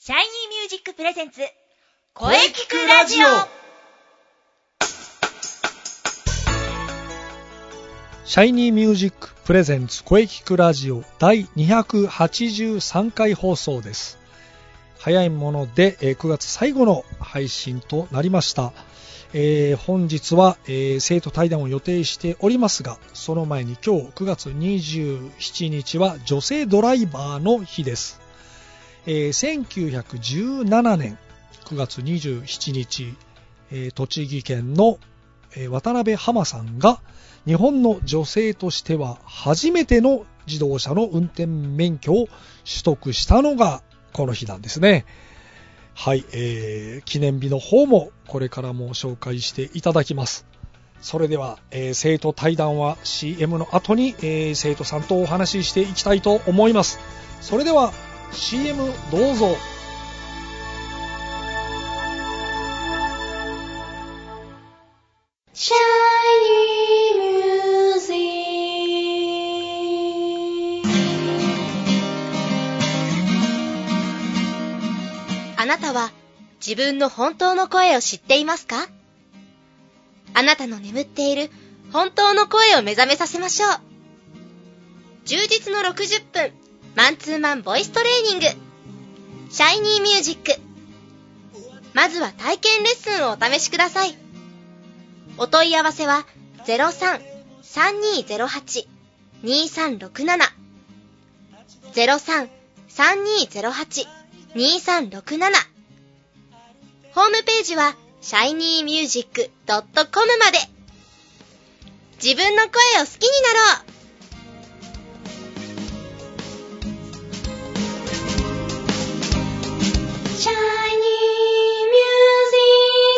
シャイニーミュージックプレゼンツ、声聞くラジオシャイニーミュージックプレゼンツ声聞くラジオ第283回放送です。早いもので、えー9月最後の配信となりました。えー本日は、えー生徒対談を予定しておりますが、その前に今日9月27日は女性ドライバーの日です。えー1917年9月27日、えー栃木県の、えー渡辺浜さんが日本の女性としては初めての自動車の運転免許を取得したのがこの日なんですね。はい、えー記念日の方もこれからも紹介していただきます。それでは、えー生徒対談は CM の後に、えー生徒さんとお話ししていきたいと思います。それでは CM どうぞ。シャイニーミュージックあなたは自分の本当の声を知っていますかあなたの眠っている本当の声を目覚めさせましょう。充実の60分、マンツーマンボイストレーニング。シャイニーミュージック。まずは体験レッスンをお試しください。お問い合わせは03-3208-2367 03-3208-2367ホームページは shinymusic.com まで自分の声を好きになろうシャイニーミュージ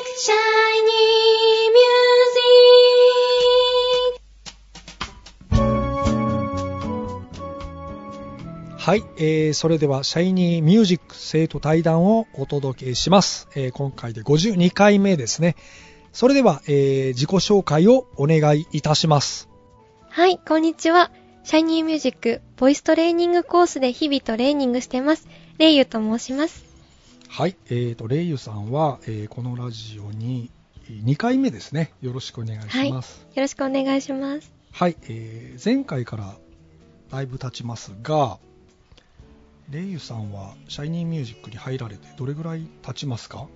ック、シャイニーミュージック。はい、えーそれではシャイニーミュージック生徒対談をお届けします。えー今回で52回目ですね。それでは、えー自己紹介をお願いいたします。はい、こんにちは。シャイニーミュージック、ボイストレーニングコースで日々トレーニングしてます。レイユと申します。はい、えーと、レイユさんは、えーこのラジオに2回目ですね。よろしくお願いします。よろしくお願いします。はい、えー前回からだいぶ経ちますが、レイユさんはシャイニーミュージックに入られてどれぐらい経ちますか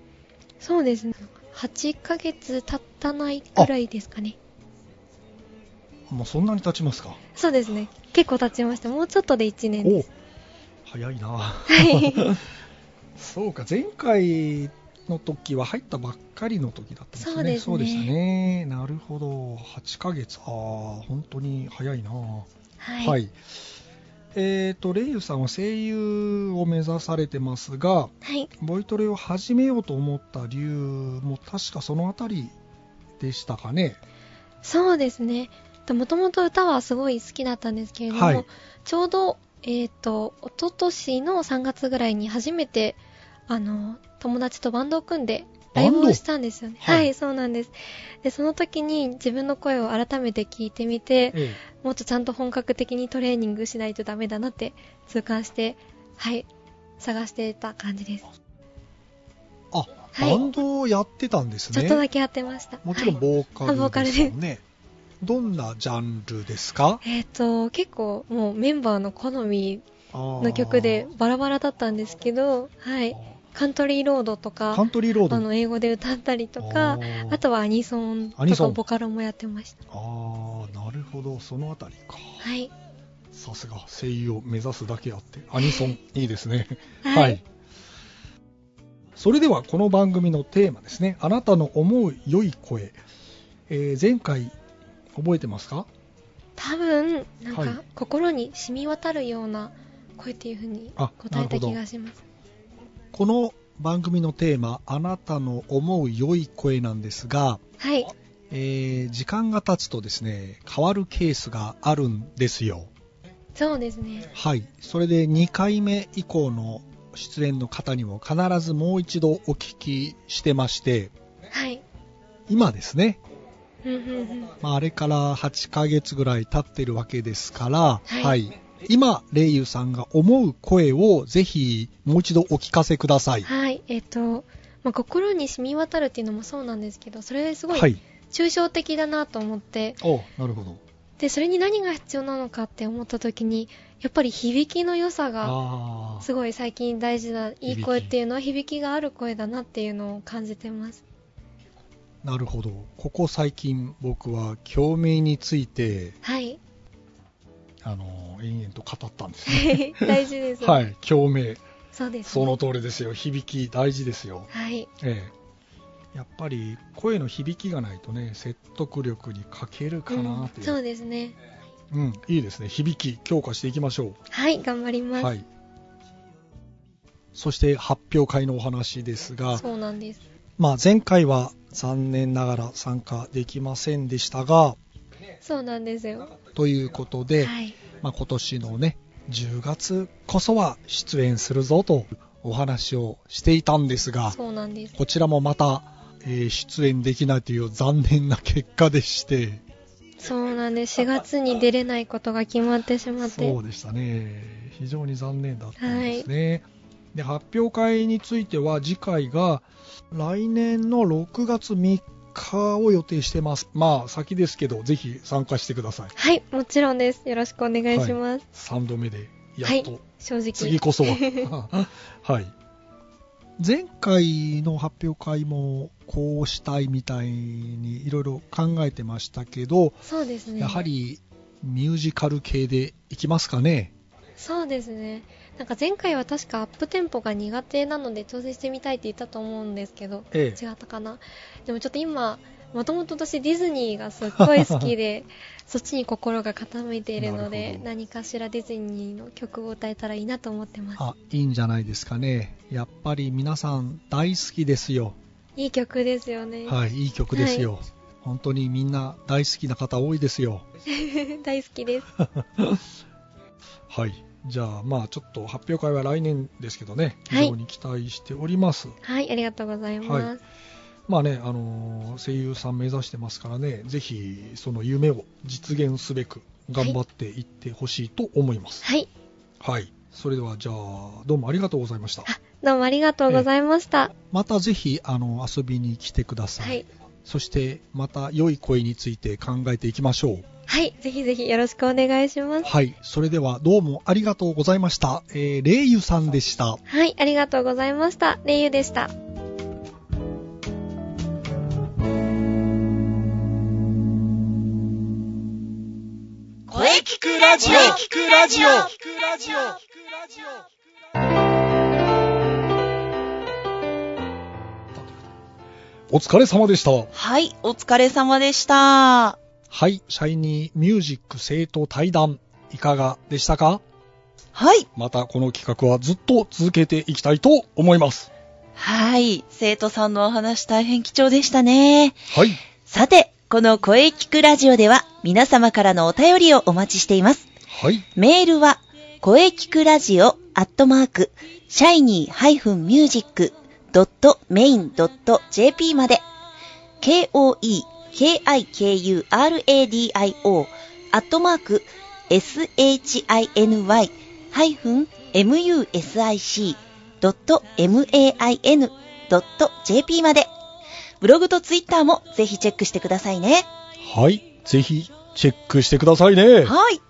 そうですね。8ヶ月経ったないくらいですかね。もうそんなに経ちますかそうですね。結構経ちました。もうちょっとで1年です。お早いな、い そうか前回の時は入ったばっかりの時だったんですねそうですねでしたねなるほど8ヶ月ああ本当に早いなははい。えっ、とレイユさんは声優を目指されてますがはいボイトレを始めようと思った理由も確かそのあたりでしたかねそうですね。もともと歌はすごい好きだったんですけれども、はいちょうど、えっ、と、一昨年の3月ぐらいに初めて、あの、友達とバンドを組んで、ライブバンドをしたんですよね。ははいい、そうなんです。で、その時に自分の声を改めて聞いてみて、えもっとちゃんと本格的にトレーニングしないとダメだなって痛感して、はい、探してた感じです。あ、はいバンドをやってたんですちねょっとだけやってました。もちろんはいボーカあボーカルルでですよね。どんなジャンルですかえっ、と、結構もうメンバーの好みのの曲でバラバラだったんですけど、はい、カントリーロードとカかントリーロードあの英語で歌ったりとかあーあとはアニソンアニとソかンボカロもやってましたああなるほどそのあたりかはいさすが声優を目指すだけあってアニソンいいですねはいそれではこの番組のテーマですねあなたの思う良い声、えー前回覚えてますか多分なんはいか心に染み渡るような声っていう風にあ答なえるたほど気がしますこの番組のテーマあなたの思う良い声なんですがはいえー時間が経つとですね変わるケースがあるんですよそうですねはいそれで2回目以降の出演の方にも必ずもう一度お聞きしてましてはい今ですね、うんうんうんまあ、あれから8ヶ月ぐらい経ってるわけですから、はいはい今、レイユさんが思う声をぜひもう一度お聞かせください。はい、えっ、と、まあ、心に染み渡るっていうのもそうなんですけど、それすごはいい。抽象的だなと思って、おなるほど。で、それに何が必要なのかって思った時に、やっぱり響きの良さが、ああ。すごい最近大事な、いい声っていうのは響きがある声だなっていうのを感じてます。なるほど。ここ最近僕は共鳴について、 はい。あの、延々と語ったん ですね。大事です。は。い。共鳴。そうです、そね。の通りですよ。響き大事ですよ。はい。ええ。やっぱり声の響きがないとね、説得力に欠けるかなってうんいう。そうですね。うん、いいですね。響き、強化していきましょはい、頑張りう。ます。はい。そして発表会のお話ですが、そうなんです。まあ、前回は残念ながら参加できませんでしたが、そうなんですよ。ということで、はい。まあ、今年のね、10月こそは出演するぞとお話をしていたんですが、そうなんです。こちらもまた、えー出演できないという残念な結果でして、そうなんです。4月に出れないことが決まってしまって。そうでしたね非常に残念だったんですね、で発表会については次回が来年の6月3日を予定してますまあ先ですけどぜひ参加してくださいはい、もちろんです。よろしくお願いします。 3度目でやはいっと、正直。次こそははい前回の発表会もこうしたいみたいにいろいろ考えてましたけど、そうですね。やはりミュージカル系でいきますかねそうですね。なんか前回は確かアップテンポが苦手なので挑戦してみたいって言ったと思うんですけど、え違ったかな。でもちょっと今、もともと私ディズニーがすっごい好きで、 そっちに心が傾いているのなるでほ、ど何かしらディズニーの曲を歌えたらいいなと思ってます。あいいんじゃないですかねやっぱり皆さん大好きですよいい曲ですよね。はいいい曲ですよ、本当にみんな大好きな方多いですよ 大好きです。はいじゃあまあちょっと発表会は来年ですけどねはい非常に期待しております、はい、ありがとうございます。はいまあねあのー声優さん目指してますからねぜひその夢を実現すべく頑張っていってほしいと思いますはい、はい、それではじゃあどうもありがとうございましたどうもありがとうございました。またぜひあの遊びに来てください、はい、そしてまた良い声について考えていきましょうはい、ぜひぜひよろしくお願いします。はいそれではどうもありがとうございました、えー、れいゆさんでしたはい、ありがとうございました。レイユでした。声聞くラジオ声聞くラジオお疲れ様でしたはい、お疲れ様でした。はいシャイニーミュージック生徒対談いかがでしたかはい。またこの企画はずっと続けていきたいと思いますはい、生徒さんのお話大変貴重でしたね。はいさて、この声聞くラジオでは皆様からのお便りをお待ちしています。はいメールは、声聞くラジオアットマーク、シャイニー -music.main.jp まで、k-o-e-k-i-k-u-r-a-d-i-o アットマーク、shiny-music.main.jp まで、ブログとツイッターもぜひチェックしてくださいね。はいぜひチェックしてくださいねはい。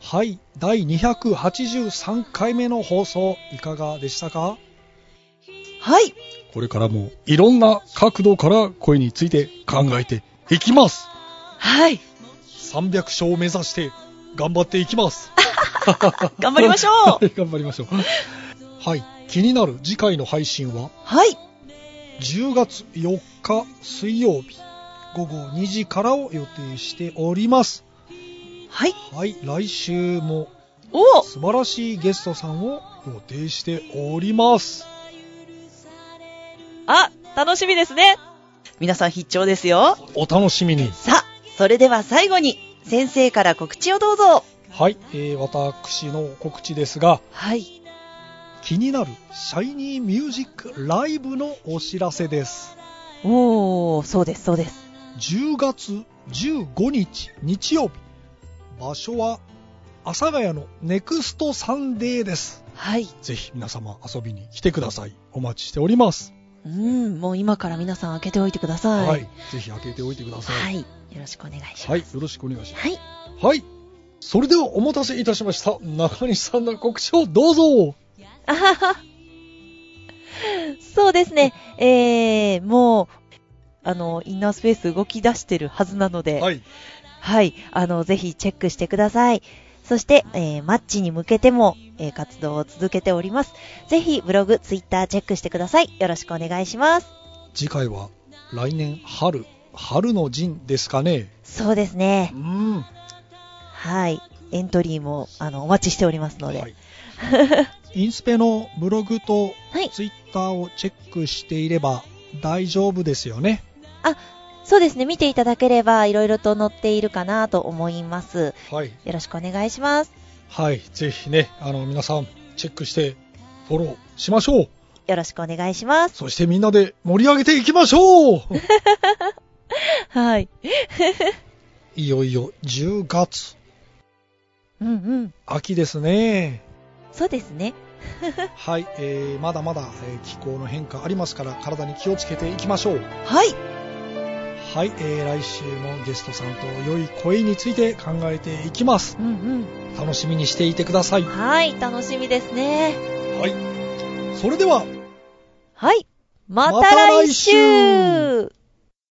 はい第283回目の放送いかがでしたかはい。これからもいろんな角度から声について考えていきますはい。 300勝を目指して頑張っていきます頑張りましょ はう。い 頑張りましょうはい気になる次回の配信ははい。 10月4日水曜日午後2時からを予定しておりますはい。はい来週もお素晴らしいゲストさんを予定しておりますあ、楽しみですね。皆さん必聴ですよ。お楽しみにさあ、それでは最後に、先生から告知をどうぞ。はい、えー私の告知ですがはい。気になるシャイニーミュージックライブのお知らせですおー、そうです、そうです。 10月15日日曜日場所は阿佐ヶ谷のネクストサンデーですはい。ぜひ皆様遊びに来てくださいお待ちしておりますうん、もう今から皆さん開けておいてください。はい、ぜひ開けておいてくださはいい。よろしくお願いします。はい、よろしくお願いしまはい。すはいそれではお待たせいたしました中西さんの告知をどうぞあはは。 そうですね。えー、もう、あの、インナースペース動き出してるはずなので、はいはい。あの、ぜひチェックしてください。そして、えーマッチに向けても、えー活動を続けております。ぜひ、ブログ、ツイッターチェックしてください。よろしくお願いします。次回は来年春春の陣ですかねそうですねう。んはい。エントリーも、あの、お待ちしておりますので。はいインスペのブログとはいツイッターをチェックしていれば大丈夫ですよねそうですね。見ていただければ、いろいろと載っているかなと思います。はいよろしくお願いします。はいぜひねあの皆さんチェックしてフォローしましょうよろしくお願いします。そしてみんなで盛り上げていきましょう はい。いよいよ10月うんうん。秋ですねそうですね。はい、えーまだまだ、えー気候の変化ありますから体に気をつけていきましょうはい。はい、えー来週もゲストさんと良い声について考えていきますうん楽しみにしていてくださいうん。ははい。楽しみですね。いそれでははい。またまた来来週